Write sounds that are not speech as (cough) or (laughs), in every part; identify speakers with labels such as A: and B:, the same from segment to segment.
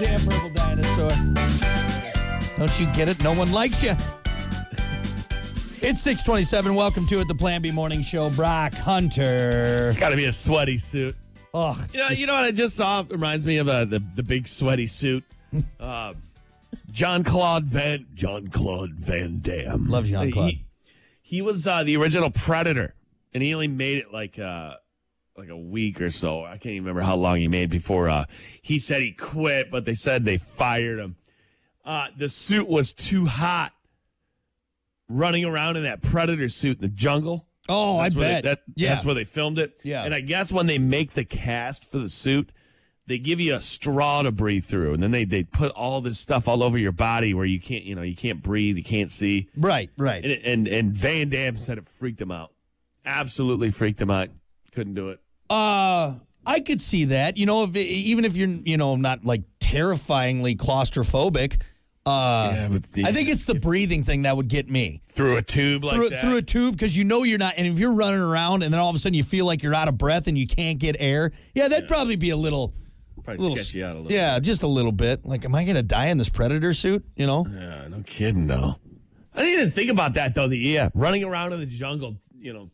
A: damn purple dinosaur. Don't you get it? No one likes you. It's 627. Welcome to it, the Plan B Morning Show. Brock Hunter.
B: It's got to be a sweaty suit.
A: Ugh.
B: You know, you know what I just saw? It reminds me of uh, the the big sweaty (laughs) suit. Uh, John Claude Van John Claude Van Damme.
A: Love Jean-Claude.
B: He, he was uh, the original Predator, and he only made it like uh, like a week or so. I can't even remember how long he made before uh, he said he quit, but they said they fired him. Uh, the suit was too hot. Running around in that Predator suit in the jungle.
A: Oh, I
B: That's where they-
A: bet.
B: that-
A: yeah.
B: That's where they filmed it.
A: Yeah.
B: And I guess when they make the cast for the suit, they give you a straw to breathe through, and then they, they put all this stuff all over your body where you can't you know you can't breathe, you can't see.
A: right, right.
B: And and, and Van Damme said it freaked him out, absolutely freaked him out. Couldn't do it.
A: Uh, I could see that. You know, if, even if you're, you know, not like terrifyingly claustrophobic. Uh,
B: Yeah, but the-
A: I think it's the breathing thing that would get me
B: Through a tube like
A: through,
B: that.
A: through a tube because you know you're not, and if you're running around and then all of a sudden you feel like you're out of breath and you can't get air, yeah, that'd probably be a little,
B: Probably
A: little,
B: sketch you out a little.
A: yeah, just a little bit. Like, am I gonna die in this predator suit? You know,
B: Yeah, no kidding though. I didn't even think about that though. The yeah, running around in the jungle, you know,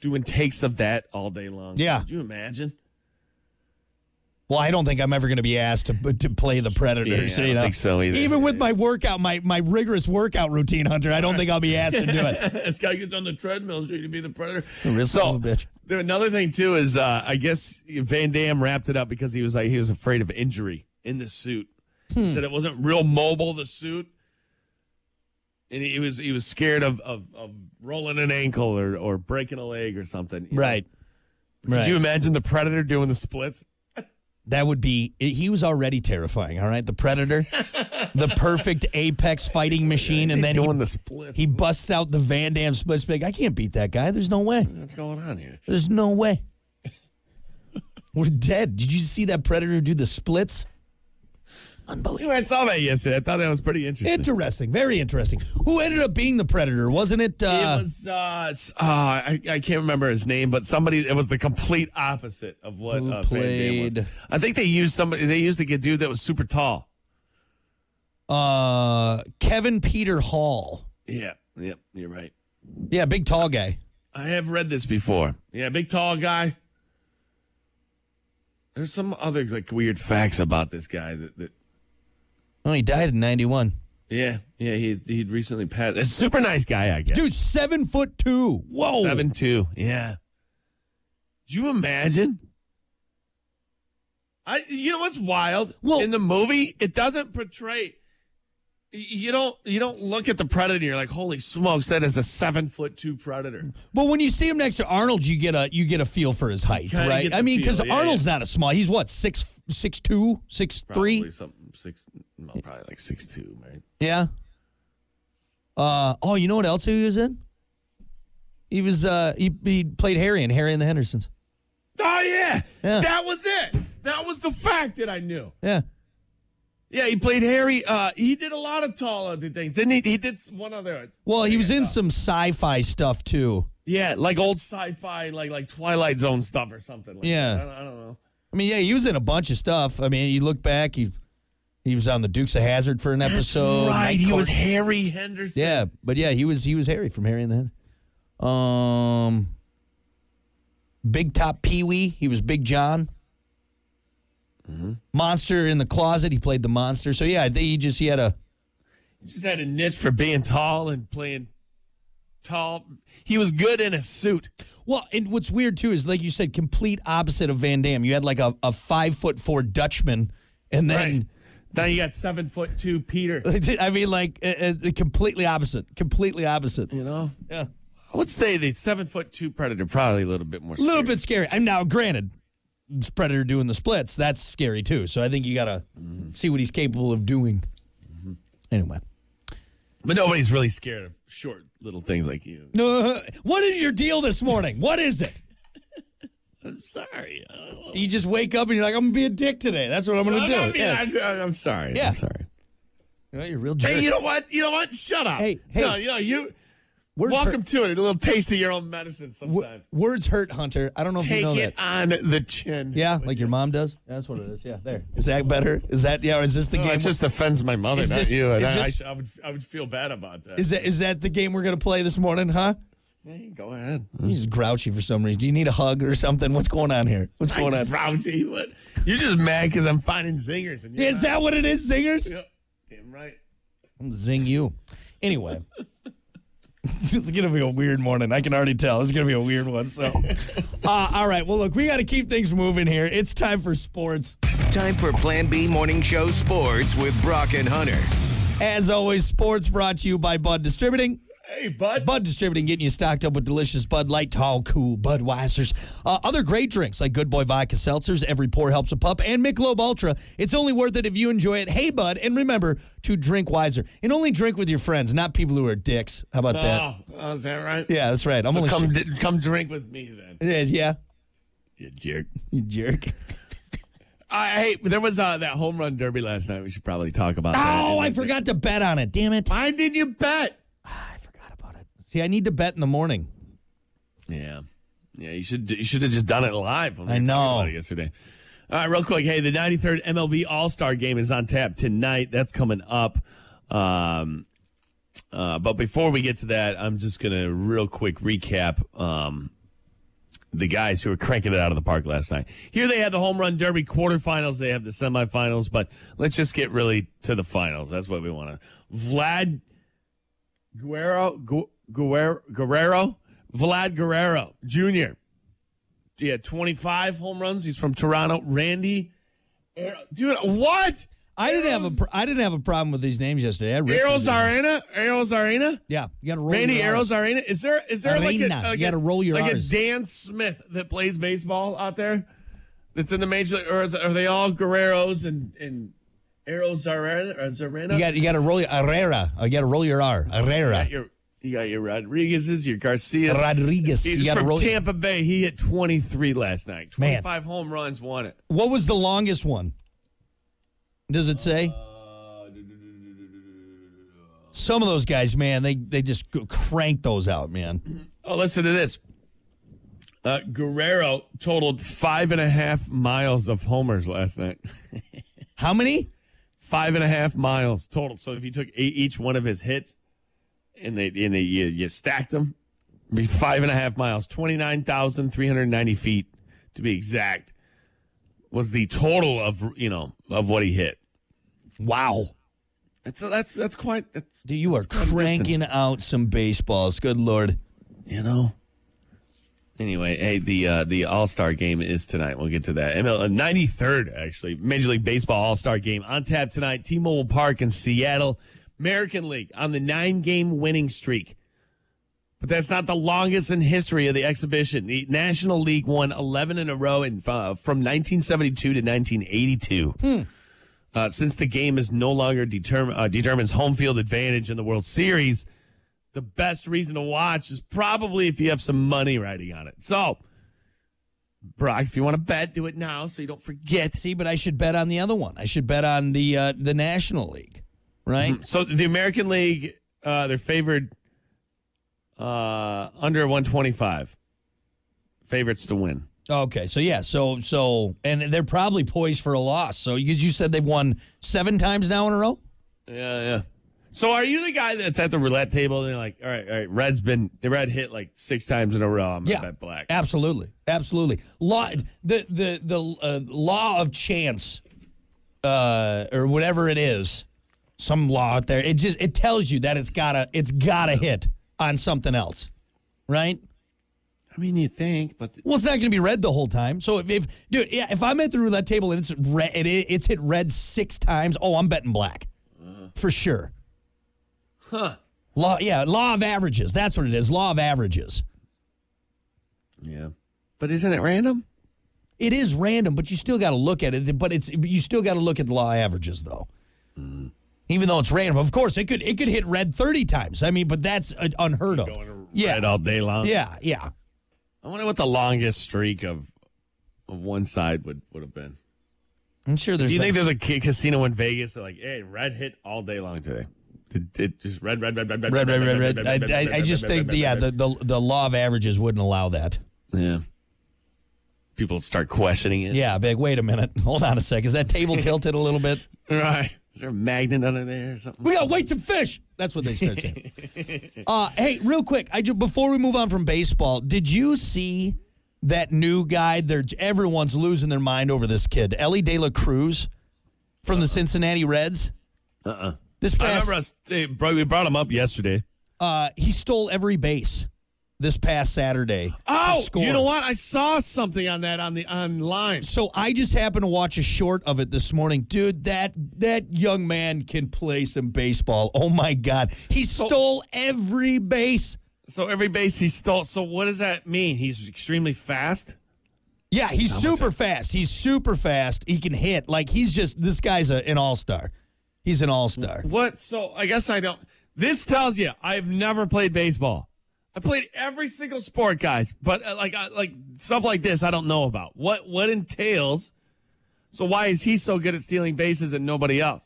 B: doing takes of that all day long.
A: Yeah.
B: Could you imagine?
A: well, I don't think I'm ever gonna be asked to to play the predator.
B: Yeah,
A: so,
B: I
A: you
B: don't
A: know?
B: think so either.
A: Even (laughs) with my workout, my my rigorous workout routine, Hunter, I don't think I'll be asked
B: (laughs)
A: to do it.
B: this guy gets on the treadmill, so to be the predator.
A: Real son
B: So,
A: of a bitch.
B: there- another thing too is uh, I guess Van Damme wrapped it up because he was like he was afraid of injury in the suit.
A: Hmm.
B: He said it wasn't real mobile the suit, and he was he was scared of of, of rolling an ankle or or breaking a leg or something. you know?
A: Right.
B: Could
A: Right.
B: you imagine the predator doing the splits?
A: that would be he was already terrifying, all right?
B: (laughs)
A: The predator, the perfect apex fighting machine and then
B: doing the
A: he,
B: splits.
A: he busts out the Van Dam split spig. I can't beat that guy. There's no way.
B: What's going on here?
A: There's no way. We're dead. Did you see that predator do the splits? Unbelievable.
B: Anyway, I saw that yesterday. I thought that was pretty interesting.
A: Interesting. Very interesting. Who ended up being the predator? Wasn't it uh
B: it was uh, s- uh I, I can't remember his name, but somebody it was the complete opposite of what
A: Who
B: uh, Van Damme was.
A: played-
B: I think they used somebody they used a good dude that was super tall.
A: uh Kevin Peter Hall?
B: Yeah, yep, you're right.
A: Yeah, big tall guy.
B: I have read this before. Yeah, big tall guy. There's some other like weird facts about this guy that, that
A: Oh, he died in 91.
B: yeah, yeah, he he'd recently passed. A super nice guy, I guess.
A: Dude, 7 foot 2. Whoa.
B: Seven two. Yeah. Do you imagine? I you know what's wild?
A: Well-
B: in the movie, it doesn't portray y- you don't you don't look at the predator, you're like, holy smokes, that is a seven foot two predator.
A: But when you see him next to Arnold, you get a you get a feel for his height,
B: Kinda
A: right?
B: get the
A: I mean, because
B: feel, yeah,
A: Arnold's not a small. He's what six six two, six
B: Probably
A: three.
B: something six well, probably like six two, right?
A: Yeah. Uh oh, you know what else he was in? He was uh he he played Harry in Harry and the Hendersons.
B: Oh yeah.
A: Yeah.
B: That was it. That was the fact that I knew.
A: Yeah.
B: Yeah, he played Harry. Uh, he did a lot of tall other things. Didn't he? He did s- one other.
A: Well, he was in
B: Yeah.
A: some sci-fi stuff too.
B: Yeah, like old sci-fi, like like Twilight Zone stuff or something. Like
A: Yeah.
B: that. I don't, I don't know.
A: I mean, yeah, he was in a bunch of stuff. I mean, you look back, he he was on the Dukes of Hazard for an
B: right,
A: episode. Oh, Night
B: he
A: Court.
B: was Harry Henderson.
A: Yeah, but yeah, he was he was Harry from Harry and the Hendersons. Um, Big Top Pee Wee. He was Big John.
B: Mm-hmm.
A: Monster in the closet. He played the monster. So yeah, I think he just he had a
B: he just had a niche for being tall and playing tall. He was good in a suit.
A: well. And what's weird too is like you said, complete opposite of Van Damme. You had like a, a five foot four Dutchman, and then
B: Now you got seven foot two Peter.
A: (laughs) I mean like uh, uh, completely opposite, completely opposite.
B: You know,
A: (laughs) Yeah,
B: I would say the seven foot two Predator probably a little bit more.
A: a little bit scary. I'm now granted. it's Predator doing the splits, that's scary too. So I think you gotta see what he's capable of doing. Mm-hmm. Anyway. (laughs)
B: but nobody's really scared of short little things like you.
A: No, what is your deal this morning? What is it?
B: I'm sorry. I don't know.
A: You just wake up and you're like, I'm gonna be a dick today. That's what I'm gonna
B: I
A: do.
B: mean,
A: yeah.
B: I, I'm sorry.
A: Yeah.
B: I'm sorry.
A: You know, you're a real jerk.
B: Hey, you know what? You know what? Shut up.
A: Hey, hey.
B: No, you know, you
A: Words
B: Welcome
A: hurt.
B: to it. A little taste of your own medicine
A: W-
B: sometimes.
A: words hurt, Hunter. I don't know if
B: Take
A: you know
B: it
A: that.
B: on the chin.
A: Yeah, like your mom does. That's what it is. Yeah, there. (laughs) Is that better? Is that yeah? Or is this the
B: No,
A: game?
B: Oh, it just offends my mother,
A: Is
B: not
A: this-
B: you. And
A: is
B: I, I
A: this-
B: sh- I would, I would feel bad about that.
A: is that is that the game we're gonna play this morning? Huh?
B: Hey, go ahead.
A: Mm-hmm. He's grouchy for some reason. Do you need a hug or something? What's going on here? What's going
B: I
A: on?
B: promise you, what? You're just mad because I'm finding zingers. And you're
A: (laughs) Is
B: not.
A: that what it is, zingers?
B: Yep. Damn right.
A: I'm gonna zing you. Anyway. (laughs) it's gonna be a weird morning. I can already tell. It's gonna be a weird one. So, (laughs) uh, all right. Well, look, we got to keep things moving here. It's time for sports.
C: Time for Plan B Morning Show Sports with Brock and Hunter.
A: As always, sports brought to you by Bud Distributing.
B: Hey, bud.
A: Bud Distributing getting you stocked up with delicious Bud Light, Tall, Cool, Budweisers, uh, other great drinks like Good Boy Vodka Seltzers, Every Pour Helps a Pup, and Michelob Ultra. It's only worth it if you enjoy it. Hey, Bud, and remember to drink wiser and only drink with your friends, not people who are dicks. How about that?
B: Oh, oh, is that right?
A: Yeah, that's right. I'm
B: So
A: only
B: come, d- come drink with me then.
A: Yeah, yeah,
B: You jerk.
A: you jerk.
B: I hey, there was uh, that home run derby last night. We should probably talk about that.
A: (laughs) Oh, I forgot to bet on it. Damn it!
B: Why did you bet?
A: I forgot about it. See, I need to bet in the morning.
B: Yeah, yeah. You should you should have just done it live. when we
A: I
B: were talking
A: know.
B: about it yesterday. All right, real quick. Hey, the 93rd MLB All Star Game is on tap tonight. That's coming up. Um, uh, but before we get to that, I'm just gonna real quick recap. Um, the guys who were cranking it out of the park last night. Here they had the home run derby quarterfinals. They have the semifinals, but let's just get really to the finals. That's what we want to. Vlad Guerrero, Gu- Guerrero, Guerrero, Vlad Guerrero Jr. He had 25 home runs. He's from Toronto. Randy, Ar- dude, what?
A: I didn't have a pr- I didn't have a problem with these names yesterday. I ripped
B: Arrows
A: them.
B: Arena, Arrows Arena.
A: Yeah, you got to roll.
B: Randy
A: your
B: Arrows Arena. Is there is there like a,
A: Arena.
B: like
A: You gotta
B: a-
A: roll your
B: like
A: Rs.
B: a Dan Smith that plays baseball out there? That's in the major league, or is, are they all Guerreros and and Arrows Arena? Or Zarena?
A: You got you got to roll your Herrera. Uh, You got to roll your R. Herrera.
B: your you got your Rodriguez's, your Garcias.
A: Rodriguez.
B: He's
A: You got to
B: from
A: roll.
B: Tampa Bay. He hit 23 last night.
A: Man.
B: 25 home runs, won it.
A: What was the longest one? Does it say? Some of those guys, man, they they just go- crank those out, man.
B: Oh, listen to this. Uh, Guerrero totaled five and a half miles of homers last night.
A: How many?
B: five and a half miles total. So if you took eight, each one of his hits and they and they you, you stacked them, it'd be five and a half miles, twenty nine thousand three hundred ninety feet to be exact, was the total of you know of what he hit.
A: Wow.
B: That's that's that's quite that's,
A: Dude, you are cranking out some baseballs. Good lord.
B: you know. Anyway, hey, the uh, the All Star Game is tonight. We'll get to that. ML ninety third actually Major League Baseball All Star Game on tap tonight. T Mobile Park in Seattle, American League on the nine game winning streak. But that's not the longest in history of the exhibition. The National League won eleven in a row in, uh, from nineteen seventy two to nineteen eighty two. Uh, since the game is no longer determ- uh, determines home field advantage in the World Series, the best reason to watch is probably if you have some money riding on it. So, Brock, if you want to bet, do it now so you don't forget.
A: See, but I should bet on the other one. I should bet on the uh, the National League, right?
B: So, the American League, uh, they're favored uh, under 125. Favorites to win.
A: Okay, so yeah, so so, and they're probably poised for a loss. So you, you said they've won seven times now in a row.
B: Yeah, yeah. So, are you the guy that's at the roulette table and you're like, all right, all right, red's been, the red hit like six times in a row. I'm going
A: Yeah,
B: to bet black.
A: Absolutely, absolutely. Law the the the uh, law of chance, uh, or whatever it is, some law out there. It just it tells you that it's gotta it's gotta hit on something else, right?
B: I mean, you think, but
A: Well, it's not going to be red the whole time. So if, if dude, yeah, if I'm at the roulette table and it's red, it, it's hit red six times. Oh, I'm betting black for sure.
B: Uh-huh. Huh.
A: Law, yeah, law of averages. That's what it is. Law of averages.
B: yeah. But isn't it random?
A: It is random, but you still got to look at it. But it's you still got to look at the law of averages though.
B: Mm-hmm.
A: Even though it's random, of course it could it could hit red thirty times. I mean, but that's uh, unheard of. Yeah,
B: Red all day long.
A: yeah, yeah.
B: I wonder what the longest streak of of one side would would have been.
A: I'm sure there's.
B: Do you
A: been-
B: think there's a ca- casino in Vegas that like, hey, red hit all day long today? It, it just red, red, red, red, red,
A: Red, red, red, red. I, I, I just think, the, yeah, the, the, the law of averages wouldn't allow that.
B: yeah. People start questioning it.
A: Yeah, big. Wait a minute. (laughs) Hold on a sec. Is that table tilted a little bit?
B: Right. Is there a magnet under there or something?
A: (laughs) We got weights and fish. That's what they start saying. (laughs) uh, hey, real quick, I ju- before we move on from baseball, did you see that new guy? They're, everyone's losing their mind over this kid, Ellie De La Cruz from the Cincinnati Reds.
B: Uh-uh.
A: This
B: I
A: past,
B: remember us, they brought, we brought him up yesterday.
A: uh, he stole every base this past Saturday. to
B: Oh,
A: score.
B: you know what? I saw something on that on the online.
A: So I just happened to watch a short of it this morning, dude. That that young man can play some baseball. Oh my god, he stole every base.
B: So every base he stole. So what does that mean? He's extremely fast.
A: Yeah, he's super fast. He's super fast. He can hit. Like he's just this guy's a, an all star. He's an all star.
B: What? So I guess I don't. This tells you I've never played baseball. I played every single sport, guys, but uh, like I, like stuff like this, I don't know about. What what entails? So why is he so good at stealing bases and nobody else?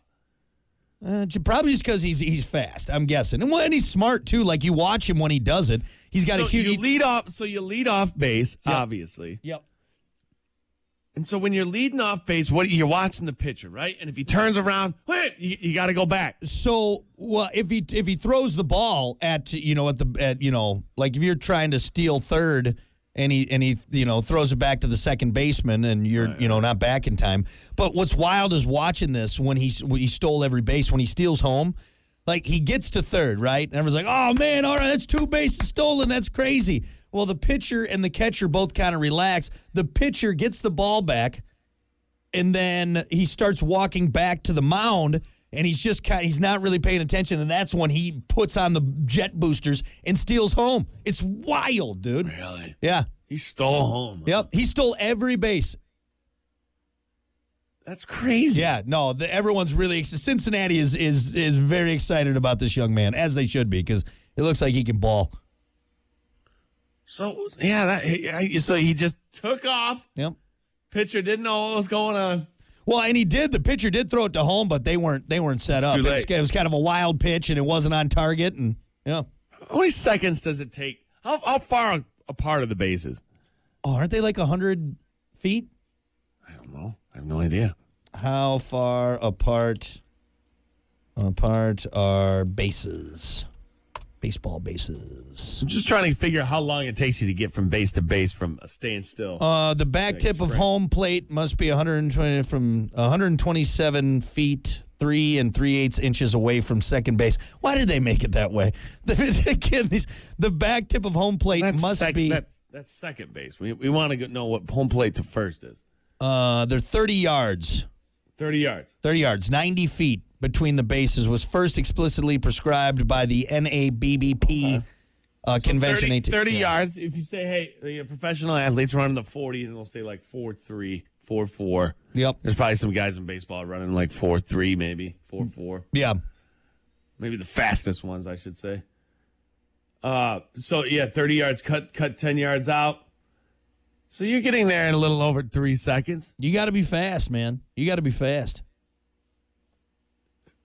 A: Uh, j- probably just because he's he's fast. I'm guessing, and, well, and he's smart too. Like you watch him when he does it, he's got
B: So
A: a huge.
B: you lead off. So you lead off base, obviously.
A: yep.
B: And so when you're leading off base, what you're watching the pitcher, right? And if he turns around, wait, you, you got to go back.
A: So, well, if he if he throws the ball at you know at the at you know like if you're trying to steal third and he and he you know throws it back to the second baseman and you're you know not back in time. But what's wild is watching this when he when he stole every base when he steals home. Like he gets to third, right? And everyone's like, "Oh man, all right, that's two bases stolen. That's crazy." Well, the pitcher and the catcher both kind of relax. The pitcher gets the ball back and then he starts walking back to the mound and he's just kind he's not really paying attention and that's when he puts on the jet boosters and steals home it's wild dude
B: Really?
A: yeah
B: He stole home.
A: yep he stole every base
B: That's crazy.
A: yeah no the, everyone's really ex- cincinnati is is is very excited about this young man as they should be because it looks like he can ball
B: So yeah, that, he- I- so he just took off.
A: yep
B: Pitcher didn't know what was going on.
A: well, and he did. The pitcher did throw it to home, but they weren't they weren't set
B: It's
A: up.
B: too
A: It was,
B: late.
A: it was kind of a wild pitch, and it wasn't on target. And yeah,
B: How many seconds does it take? How how far apart are the bases?
A: oh, aren't they like hundred feet?
B: I don't know. I have no idea.
A: How far apart apart are bases? Baseball bases.
B: I'm just trying to figure out how long it takes you to get from base to base from a standstill.
A: Uh, the back
B: Thanks,
A: tip of
B: Frank.
A: home plate must be 120 from 127 feet, three and three eighths inches away from second base. Why did they make it that way? (laughs) Again, these, the back tip of home plate must
B: sec-
A: be
B: that- that's second base. We we want to know what home plate to first is.
A: uh, they're 30 yards.
B: Thirty yards.
A: 30 yards, 90 feet between the bases was first explicitly prescribed by the NABBP uh, convention.
B: 30,
A: 18
B: 30
A: yeah.
B: yards. If you say, hey, you know, professional athletes running the 40, and they'll say like 4 3, 4 4.
A: Yep.
B: There's probably some guys in baseball running like 4 3, maybe 4 4.
A: Yeah.
B: Maybe the fastest ones, I should say. Uh, so yeah, 30 yards, cut, cut 10 yards out. So you're getting there in a little over three seconds.
A: You got to be fast, man. You got to be fast.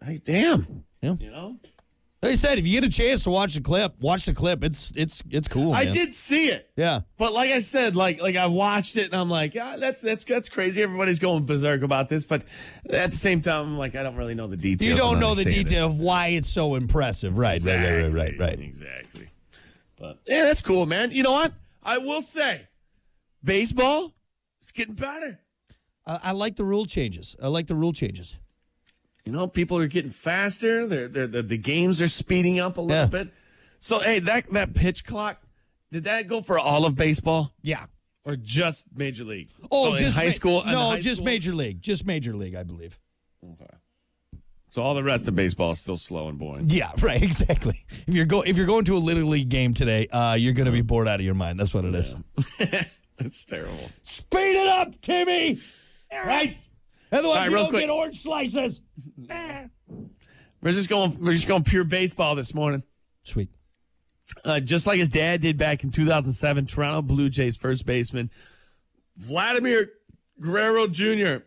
B: Hey, damn.
A: Yeah.
B: You know?
A: Like I said, if you get a chance to watch the clip, watch the clip. It's it's it's cool.
B: I
A: man.
B: did see it.
A: Yeah.
B: But like I said, like like I watched it and I'm like, ah, that's that's that's crazy. Everybody's going berserk about this, but at the same time, I'm like, I don't really know the details.
A: You don't
B: and
A: know the
B: understand it.
A: detail of why it's so impressive. Right. Right. Right. Right. Right. right.
B: Exactly. But yeah, that's cool, man. You know what? I will say, baseball is getting better.
A: I, I like the rule changes. I like the rule changes.
B: You know, people are getting faster. They're, they're, they're the games are speeding up a little
A: Yeah.
B: bit. So hey, that that pitch clock, did that go for all of baseball
A: Yeah.
B: or just major league?
A: Oh,
B: So in
A: just
B: high
A: ma-
B: school. in
A: No,
B: high
A: just
B: school-
A: major league. Just major league. I believe.
B: So all the rest of baseball is still slow and boring.
A: Yeah. (laughs) Right. Exactly. If you're go if you're going to a little league game today, uh, you're gonna be
B: Uh-huh.
A: bored out of your mind. That's what it is.
B: (laughs) That's terrible.
A: Speed it up, Timmy.
B: Right.
A: Otherwise,
B: All right,
A: you
B: real
A: don't
B: quick.
A: get orange slices.
B: We're just going. We're just going pure baseball this morning.
A: Sweet.
B: uh, just like his dad did back in 2007, Toronto Blue Jays first baseman Vladimir Guerrero Jr.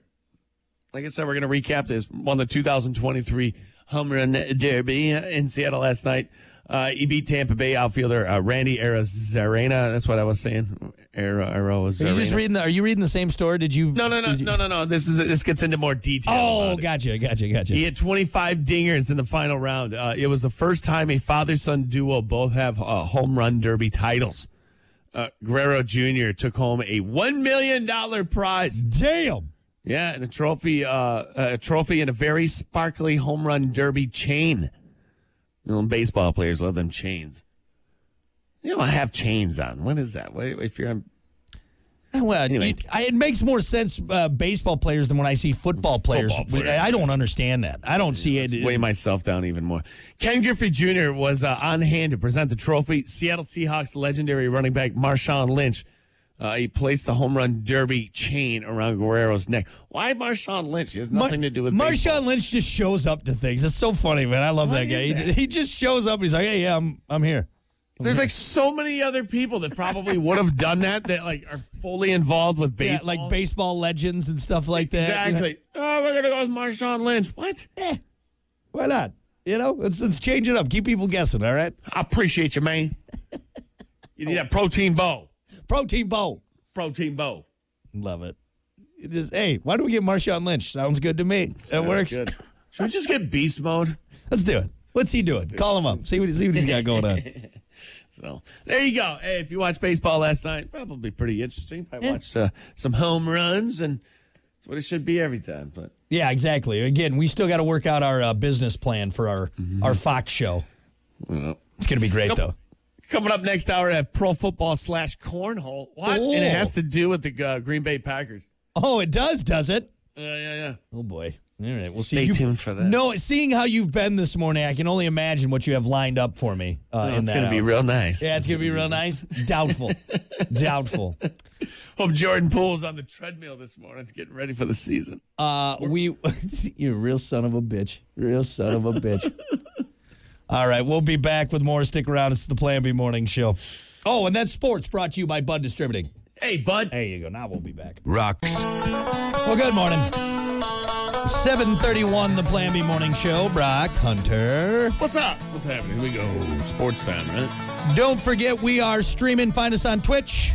B: Like I said, we're going to recap this. Won the 2023 home run derby in Seattle last night. Uh, he beat Tampa Bay outfielder uh, Randy Arozarena. That's what I was saying. Ara-
A: Are
B: Arozarena.
A: you just reading the? Are you reading the same story? Did you?
B: No, no, no,
A: did you-
B: no, no, no. This is this gets into more detail. about
A: Oh,
B: it.
A: gotcha, gotcha, gotcha.
B: He had 25 dingers in the final round. Uh, it was the first time a father son duo both have uh, home run derby titles. Uh, Guerrero Jr. took home a $1 million prize.
A: Damn.
B: Yeah, and a trophy, uh, a trophy and a very sparkly home run derby chain. You know, baseball players love them chains. You know, I have chains on. What is that? What, if you're on
A: Well,
B: Eh, Anyway.
A: it, I- it makes more sense uh, baseball players than when I see football players.
B: Football players.
A: I don't understand that. I don't see it.
B: weigh myself down even more. Ken Griffey Jr. was uh, on hand to present the trophy. Seattle Seahawks legendary running back Marshawn Lynch. Uh, he placed the home run derby chain around Guerrero's neck. Why Marshawn Lynch? He has
A: Mar-
B: nothing to do with baseball.
A: Marshawn Lynch just shows up to things. It's so funny, man. I love that
B: Why
A: guy.
B: is
A: He,
B: that?
A: he just shows up. He's like, hey, yeah, I'm I'm here.
B: There's like so many other people that probably would have done that that like are fully involved with
A: Yeah,
B: baseball.
A: like baseball legends and stuff like that. you know?
B: Exactly. Oh, we're gonna go with Marshawn Lynch. What?
A: Why not? You know, let's, let's change it up. Keep people guessing. All right.
B: I appreciate you, man. You need a protein bowl.
A: Protein bowl.
B: Protein bowl.
A: Love it. It is. Hey, why don't we get Marshawn Lynch? Sounds good to me. That
B: Sounds
A: works. (laughs)
B: good. Should we just get beast mode?
A: Let's do it. What's he doing? Call him up. See what see what he's got
B: (laughs)
A: going on.
B: So there you go. Hey, if you watched baseball last night, probably pretty interesting. I watched uh, some home runs, and it's what it should be every time. But
A: Yeah, exactly. Again, we still got to work out our uh, business plan for our
B: Mm-hmm.
A: our Fox show. It's gonna be great though.
B: Coming up next hour, I have pro football slash cornhole. What? And
A: Oh.
B: it has to do with the uh, Green Bay Packers.
A: Oh, it does, does it?
B: Yeah, yeah, yeah.
A: Oh boy. All right, we'll see.
B: Stay
A: You-
B: tuned for that.
A: No, seeing how you've been this morning, I can only imagine what you have lined up for me. Uh, in
B: it's
A: that
B: going to be
A: hour.
B: real nice.
A: Yeah, it's gonna
B: (laughs)
A: be real nice. Doubtful, doubtful.
B: Hope Jordan Poole's on the treadmill this morning, getting ready for the season.
A: Uh, we, (laughs) you real son of a bitch, real son of a bitch. All right, we'll be back with more. Stick around. It's the Plan B Morning Show. Oh, and that's sports brought to you by Bud Distributing.
B: Hey, bud.
A: There you go. Now we'll be back.
C: Rocks.
A: Well, good morning. 731, the Plan B Morning Show. Brock Hunter.
B: What's up? What's happening? Here we go. Sports time, right?
A: Don't forget, we are streaming. Find us on Twitch.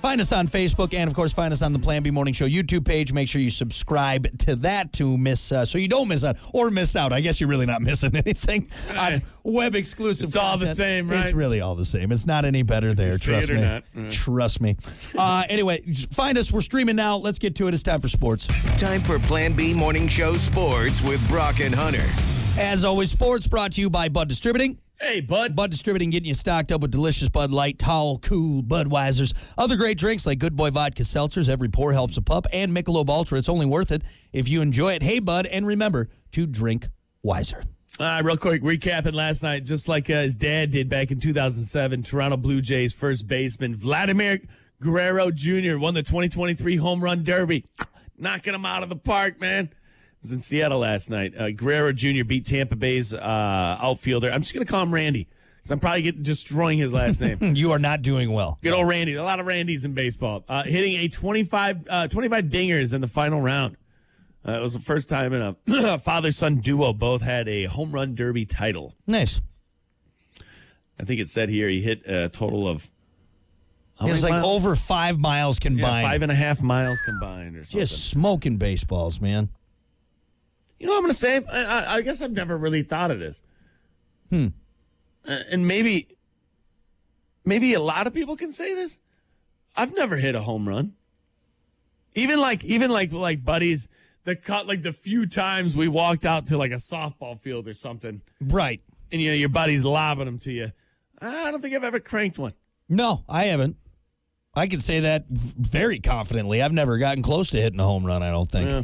A: Find us on Facebook. And, of course, find us on the Plan B Morning Show YouTube page. Make sure you subscribe to that to miss, uh, so you don't miss out or miss out. I guess you're really not (laughs) missing anything on web exclusive
B: It's all the
A: content.
B: same,
A: It's
B: right?
A: really all the same. It's not any better there.
B: see
A: trust
B: it or
A: me.
B: not. Yeah.
A: Trust me. Uh, anyway, just find us. We're streaming now. Let's get to it. It's time for sports.
C: Time for Plan B Morning Show Sports with Brock and Hunter.
A: As always, sports brought to you by Bud Distributing.
B: Hey, bud.
A: Bud Distributing getting you stocked up with delicious Bud Light, tall, cool Budweisers, other great drinks like Good Boy Vodka Seltzers, every pour helps a pup, and Michelob Ultra. It's only worth it if you enjoy it. Hey, Bud, and remember to drink wiser. (laughs)
B: Uh, real quick, recapping last night, just like uh, his dad did back in 2007, Toronto Blue Jays first baseman Vladimir Guerrero Jr. won the 2023 Home Run Derby, (sniffs) knocking him out of the park, man. It was in Seattle last night. Uh, Guerrero Jr. beat Tampa Bay's uh, outfielder. I'm just going to call him Randy because I'm probably get, destroying his last name.
A: You are not doing well.
B: Good old Randy. A lot of Randys in baseball. Uh, hitting a 25, uh, 25 dingers in the final round. Uh, it was the first time in a (clears throat) father son duo both had a home run derby title.
A: Nice.
B: I think it said here he hit a total of. how
A: It was
B: many
A: like
B: miles?
A: over five miles
B: Yeah,
A: combined.
B: five and a half miles combined or something.
A: Just smoking baseballs, man.
B: You know what I'm going to say? I, I, I guess I've never really thought of this. Hmm. and maybe, maybe a lot of people can say this. I've never hit a home run. Even like, even like, like buddies, the cut, like the few times we walked out to like a softball field or something,
A: Right.
B: and you know your buddy's lobbing them to you. I don't think I've ever cranked one.
A: No, I haven't. I can say that v- very confidently. I've never gotten close to hitting a home run, I don't think.
B: Yeah.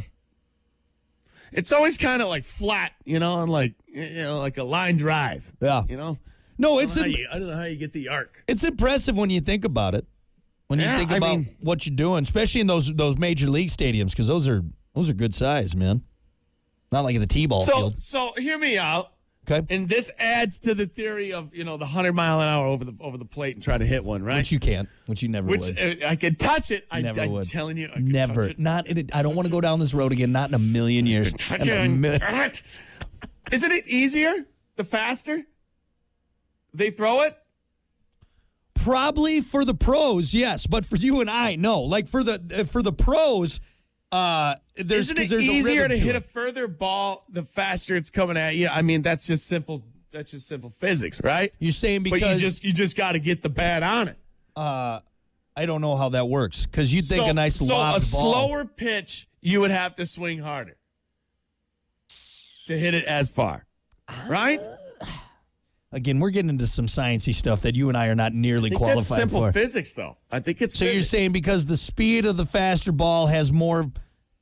B: It's always kind of like flat, you know, and like, you know, like a line drive.
A: Yeah.
B: You know,
A: No,
B: I don't
A: it's
B: know how
A: a,
B: you- I don't know how you get the arc.
A: It's impressive when you think about it. When
B: Yeah,
A: you think
B: I
A: about
B: mean-
A: what you're doing, especially in those those major league stadiums, because those are those are good size, man. Not like in the T-ball
B: So,
A: field.
B: so hear me out,
A: Okay,
B: and this adds to the theory of you know the hundred mile an hour over the over the plate and try to hit one, right?
A: which you can't, which you never
B: Which,
A: would,
B: uh, I could touch it. I,
A: never
B: I'm
A: would.
B: telling you, I could
A: never.
B: touch it.
A: Not. In a, I don't want to go down this road again. Not in a million years.
B: Touch
A: In a
B: it.
A: mil-
B: Alright. Isn't it easier the faster they throw it?
A: Probably for the pros, yes, but for you and I, no. Like for the uh, for the pros, uh, there's
B: Isn't
A: 'cause
B: it
A: there's a
B: easier to
A: rhythm
B: hit
A: it.
B: a further ball the faster it's coming at you? I mean, that's just simple. That's just simple physics, right?
A: You're saying
B: but you
A: because
B: just you just got to get the bat on it.
A: I don't know how that works because you'd think
B: so,
A: a nice
B: so
A: lobbed
B: a
A: ball.
B: slower pitch, you would have to swing harder to hit it as far, right?
A: Again, we're getting into some sciencey stuff that you and I are not
B: I
A: nearly
B: think that's
A: qualified
B: simple
A: for.
B: physics, though. I think it's
A: So you're
B: physics.
A: saying because the speed of the faster ball has more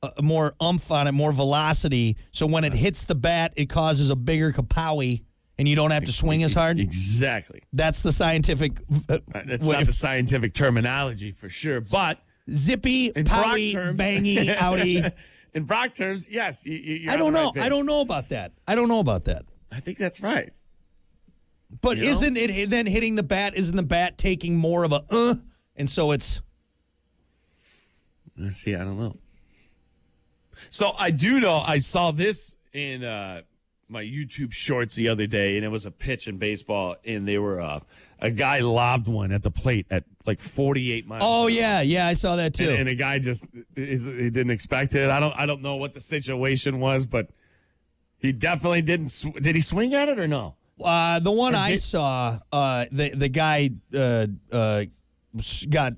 A: uh, more umph on it, more velocity, so when it hits the bat, it causes a bigger kapowie, and you don't have to swing as
B: (laughs)
A: hard.
B: exactly.
A: That's the scientific. uh,
B: That's
A: way
B: not
A: of-
B: the scientific terminology for sure, but (laughs)
A: zippy,
B: in Brock
A: powy,
B: terms, (laughs)
A: bangy, outy.
B: in Brock terms, yes, you, you, you're
A: I
B: on
A: don't
B: the right
A: know. I
B: page.
A: don't know about that. I don't know about that.
B: I think that's right.
A: But
B: You know?
A: isn't it then hitting the bat? Isn't the bat taking more of a uh? And so it's
B: Let's See, I don't know. So I do know I saw this in uh, my YouTube shorts the other day, and it was a pitch in baseball, and they were uh, a guy lobbed one at the plate at like 48 miles.
A: oh
B: an hour.
A: yeah, yeah. I saw that too.
B: and, and a guy just is, he didn't expect it. I don't I don't know what the situation was, but he definitely didn't. Sw- did he swing at it or no?
A: Uh, the one
B: Or
A: I
B: did-
A: saw, uh, the the guy uh, uh, s- got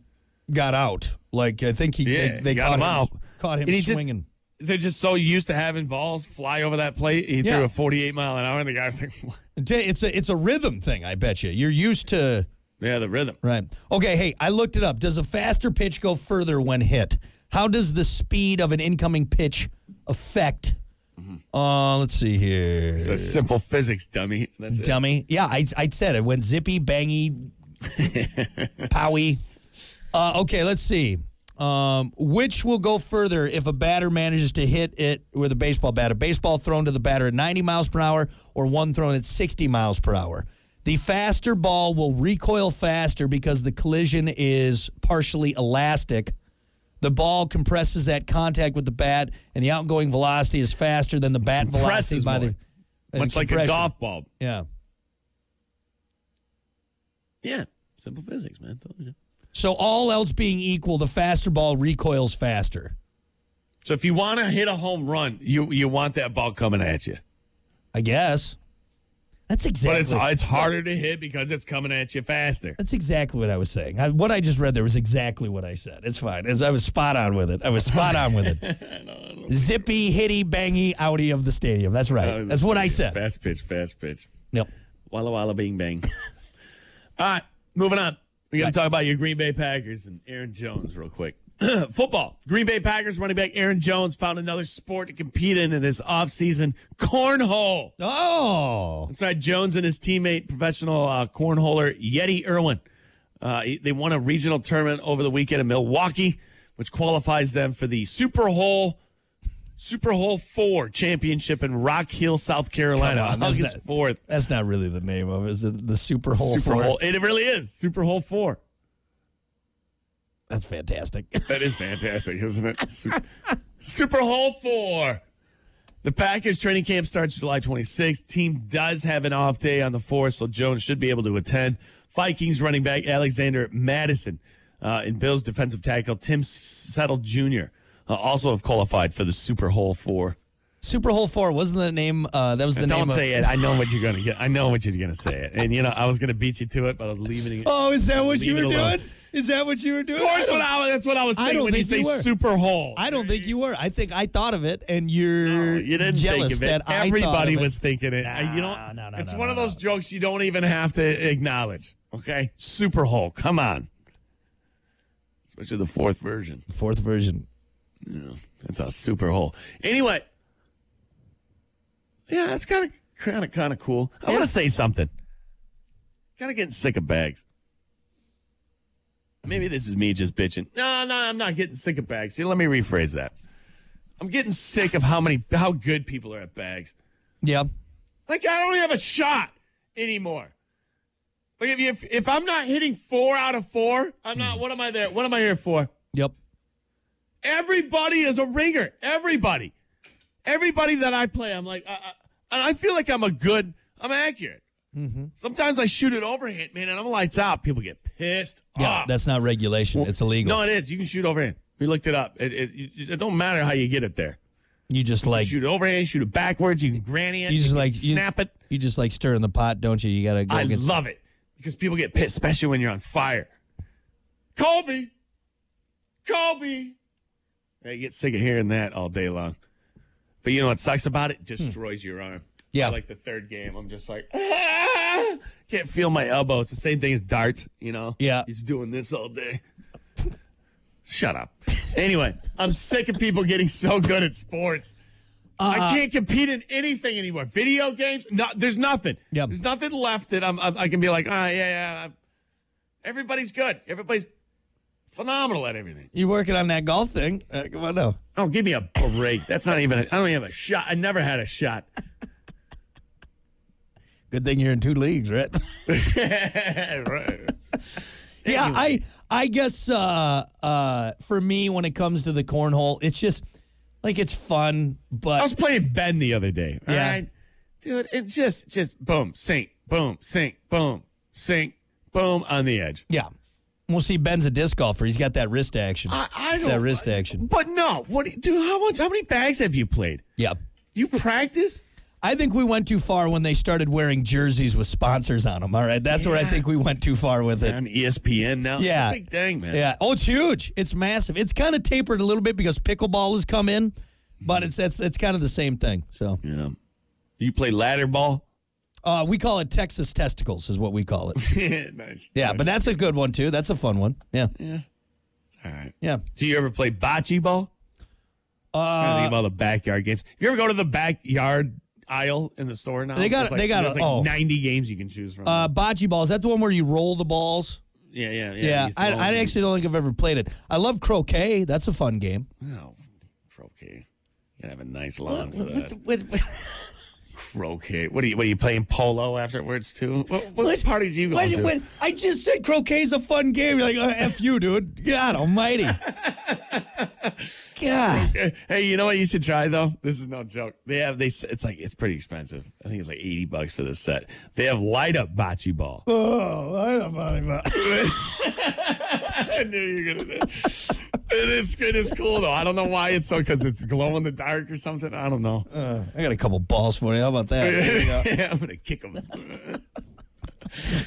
A: got out. Like I think he
B: Yeah,
A: they, they
B: got
A: caught
B: him out.
A: caught him
B: And he just-
A: swinging.
B: They're just so used to having balls fly over that plate. He
A: Yeah.
B: threw a 48 mile an hour, and the guy was like, (laughs) what?
A: T- It's a it's a rhythm thing. I bet you you're used to
B: "Yeah, the rhythm."
A: right. Okay, hey, I looked it up. Does a faster pitch go further when hit? How does the speed of an incoming pitch affect?
B: Mm-hmm.
A: Uh, let's see here.
B: It's a simple physics dummy. That's it.
A: dummy. Yeah, I, I said it. Went zippy,
B: (laughs)
A: bangy, powy. Uh, okay, let's see. Um, which will go further if a batter manages to hit it with a baseball bat? A baseball thrown to the batter at 90 miles per hour or one thrown at 60 miles per hour? The faster ball will recoil faster because the collision is partially elastic. The ball compresses at contact with the bat, and the outgoing velocity is faster than the bat velocity
B: Compresses
A: by
B: more.
A: the.
B: Much like a
A: compression.
B: golf ball.
A: Yeah.
B: Yeah, simple physics, man. Told you.
A: So all else being equal, the faster ball recoils faster.
B: So if you want to hit a home run, you you want that ball coming at you,
A: I guess. That's
B: but
A: exactly.
B: it's it's harder to hit because it's coming at you faster.
A: that's exactly what I was saying. I, what I just read there was exactly what I said. It's fine. As I was spot on with it. I was spot on
B: (laughs)
A: with it. Zippy, hitty, bangy, outie of the stadium. That's right. That's what I said.
B: Fast pitch, fast pitch.
A: Yep.
B: Walla walla, bing bang. (laughs) All right, moving on. We got to talk about your Green Bay Packers and Aaron Jones real quick. (clears throat) Football. Green Bay Packers running back Aaron Jones found another sport to compete in in this offseason cornhole.
A: Oh,
B: That's right. Jones and his teammate, professional uh, cornholer Yeti Irwin. Uh, he- they won a regional tournament over the weekend in Milwaukee, which qualifies them for the Super Bowl Super Bowl Four Championship in Rock Hill, South Carolina,
A: Come on, that's
B: August
A: not-
B: fourth.
A: that's not really the name of it. Is it the Super Hole?
B: Super
A: for it?
B: Bowl. It really is Super Bowl Four.
A: That's fantastic. (laughs)
B: That is fantastic, isn't it? Super, Super Bowl Four. The Packers training camp starts July 26th. Team does have an off day on the 4th, so Jones should be able to attend. Vikings running back Alexander Madison uh, and Bills defensive tackle Tim Settle Jr. uh, also have qualified for the Super Bowl Four.
A: Super Hole Four wasn't the name. Uh, that was the
B: Don't
A: name.
B: say
A: of,
B: it. I know what you're gonna get. I know what you're gonna say it. And you know I was gonna beat you to it, but I was leaving it.
A: Oh, is that what you
B: Leave
A: were
B: it alone.
A: doing? Is that what you were doing?
B: Of course, what I, that's what I was
A: I
B: thinking
A: don't
B: when
A: think
B: you
A: you
B: say
A: were.
B: Super Bowl.
A: I don't think you were. I think I thought of it, and you're
B: No, you didn't
A: jealous
B: think of it.
A: that I thought
B: Everybody
A: of it.
B: was thinking it. I- you don't,
A: no, no,
B: it's
A: no,
B: one
A: no,
B: of those
A: no.
B: jokes you don't even have to acknowledge. Okay, Super Hole. Come on, especially the fourth version.
A: fourth version.
B: That's a Super Hole. Anyway, yeah, that's kind of kind of kind of cool. I want to say something. Kind of getting sick of bags. Maybe this is me just bitching. No, no, I'm not getting sick of bags. Here, let me rephrase that. I'm getting sick of how many how good people are at bags.
A: Yeah.
B: Like I don't have a shot anymore. Like if you, if, if I'm not hitting four out of four, I'm not. What am I there? What am I here for?
A: Yep.
B: Everybody is a ringer. Everybody, everybody that I play, I'm like I, And I feel like I'm a good, I'm accurate.
A: Mm-hmm.
B: Sometimes I shoot it overhand, man, and I'm lights out. People get pissed
A: Yeah,
B: off.
A: that's not regulation. It's illegal.
B: Ah. No, it is. You can shoot overhand. We looked it up. It, it, it, it don't matter how you get it there.
A: you just like
B: Shoot it overhand, shoot it backwards. You can granny it.
A: You just
B: can
A: like you-
B: snap it.
A: You just like stirring the pot, don't you? You gotta go
B: I
A: against.
B: love it because people get pissed, especially when you're on fire. Kobe, Kobe. I get sick of hearing that all day long. But you know what sucks about it? Destroys your arm.
A: Hmm. Yeah.
B: Like the third game, I'm just like, "Ah!" can't feel my elbow. It's the same thing as darts, you know?
A: Yeah.
B: He's doing this all day. (laughs) Shut up. Anyway, I'm sick of people getting so good at sports.
A: Uh,
B: I can't compete in anything anymore. Video games, no, there's nothing.
A: Yep.
B: There's nothing left that I'm, i I can be like, ah, yeah, yeah. I'm- everybody's good. Everybody's phenomenal at everything.
A: you working on that golf thing? Uh, come on, no.
B: Oh, give me a break. That's not even. A, I don't even have a shot. I never had a shot. (laughs)
A: Good thing you're in two leagues, right? (laughs)
B: Right.
A: yeah, I I guess uh, uh, for me when it comes to the cornhole, it's just like it's fun, but
B: I was playing Ben the other day. all
A: Yeah.
B: right? dude, it just just boom, sink, boom, sink, boom, sink, boom on the edge.
A: yeah. We'll see. Ben's a disc golfer. He's got that wrist action.
B: I, I
A: It's
B: don't
A: that wrist action.
B: But no, what do you- dude? How much? How many bags have you played?
A: Yeah.
B: You practice?
A: I think we went too far when they started wearing jerseys with sponsors on them. All right, that's where I
B: Yeah.
A: think we went too far with it.
B: on ESPN now.
A: Yeah.
B: big dang man.
A: Yeah. Oh, it's huge. It's massive. It's kind of tapered a little bit because pickleball has come in, but it's it's, it's kind of the same thing. So
B: yeah. You play ladder ball? (laughs)
A: uh, we call it Texas testicles, is what we call it.
B: nice.
A: Yeah, but that's a good one too. That's a fun one. Yeah.
B: All right.
A: Yeah.
B: Do you ever play bocce ball? Uh, I think about the backyard games. You ever go to the backyard aisle in the store now?
A: They got-
B: There's like,
A: they got
B: there's
A: a-
B: like
A: oh.
B: ninety games you can choose from.
A: Uh, bocce ball is that the one where you roll the balls?
B: yeah, yeah, yeah.
A: Yeah.
B: you
A: I,
B: throw
A: I
B: them.
A: actually don't think I've ever played it. I love croquet. That's a fun game.
B: oh, croquet. You gotta have a nice lawn for that. Croquet. What are you? What are you playing polo afterwards too? What, what, parties you going to?
A: I just said croquet's a fun game. You're like, uh, F you, dude. God almighty.
B: (laughs)
A: God.
B: Hey, you know what you should try though? This is no joke. They have they. s- It's like it's pretty expensive. I think it's like eighty bucks for this set. They have light up bocce ball. (laughs)
A: Oh, I don't know about
B: I knew you were gonna do. it. (laughs) It is it is cool though. I don't know why it's so because it's glow in the dark or something. I don't know.
A: I got a couple balls for Oh, you. How about
B: (laughs)
A: that?
B: yeah, I'm gonna kick them.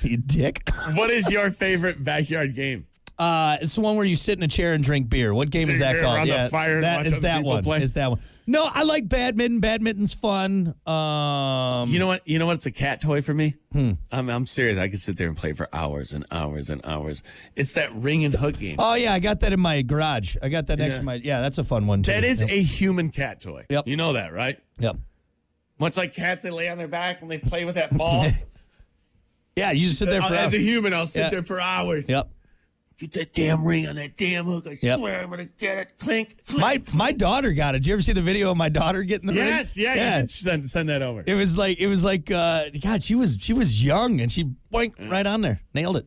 A: you dick.
B: what is your favorite backyard game?
A: Uh, it's the one where you sit in a chair and drink beer. What game
B: Drink
A: is that
B: beer
A: called?
B: around the fire and
A: that-
B: watch
A: it's
B: other
A: that
B: people
A: one.
B: play.
A: It's that one. No, I like badminton. Badminton's fun. Um,
B: You know what? You know what? It's a cat toy for me.
A: Hmm.
B: I'm I'm serious. I could sit there and play for hours and hours and hours. It's that ring and hook game.
A: oh yeah, I got that in my garage. I got that next
B: Yeah.
A: to my. Yeah, that's a fun one too.
B: That is
A: Yep.
B: a human cat toy.
A: Yep.
B: You know that, right?
A: Yep.
B: Much like cats, they lay on their back and they play with that
A: (laughs)
B: ball.
A: Yeah, you just sit there for.
B: Uh, As a human, I'll sit
A: Yeah.
B: there for hours.
A: Yep.
B: Get that damn ring on that damn hook. I
A: Yep.
B: swear I'm gonna get it. Clink. clink.
A: My my daughter got it. Did you ever see the video of my daughter getting the ring?
B: Yes, yeah, yeah. Send, send that over.
A: It was like it was like uh, God. She was she was young and she boink right on there. Nailed it.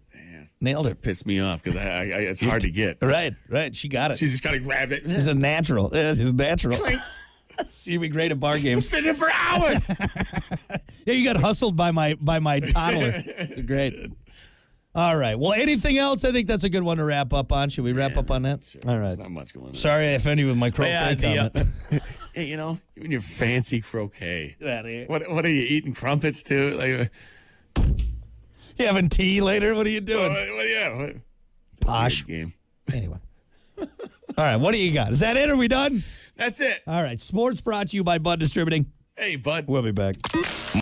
A: Nailed it.
B: pissed me off because I, I, I, it's hard to
A: (laughs)
B: get.
A: Right, right. She got it.
B: She just kind of grabbed it. (laughs)
A: She's a natural. Yeah, she's a natural. (laughs) She'd be great at bar games.
B: Sitting for hours.
A: (laughs) Yeah, you got hustled by my by my
B: (laughs)
A: toddler. great. All right. Well, anything else? I think that's a good one to wrap up on. Should we wrap up on that? All right.
B: There's not much going on.
A: Sorry I offended you with my croquet
B: Yeah, the, uh,
A: comment.
B: (laughs) hey, you know, even your fancy croquet.
A: (laughs) Get outta here.
B: What what are you eating crumpets too? Like, (laughs)
A: You having tea later? What are you
B: what,
A: doing?
B: what, yeah, what,
A: Posh.
B: weird game.
A: Anyway. All right. What do you got? Is that it? Are we done?
B: That's it.
A: All right. Sports brought to you by Bud Distributing.
B: Hey, bud.
A: We'll be back.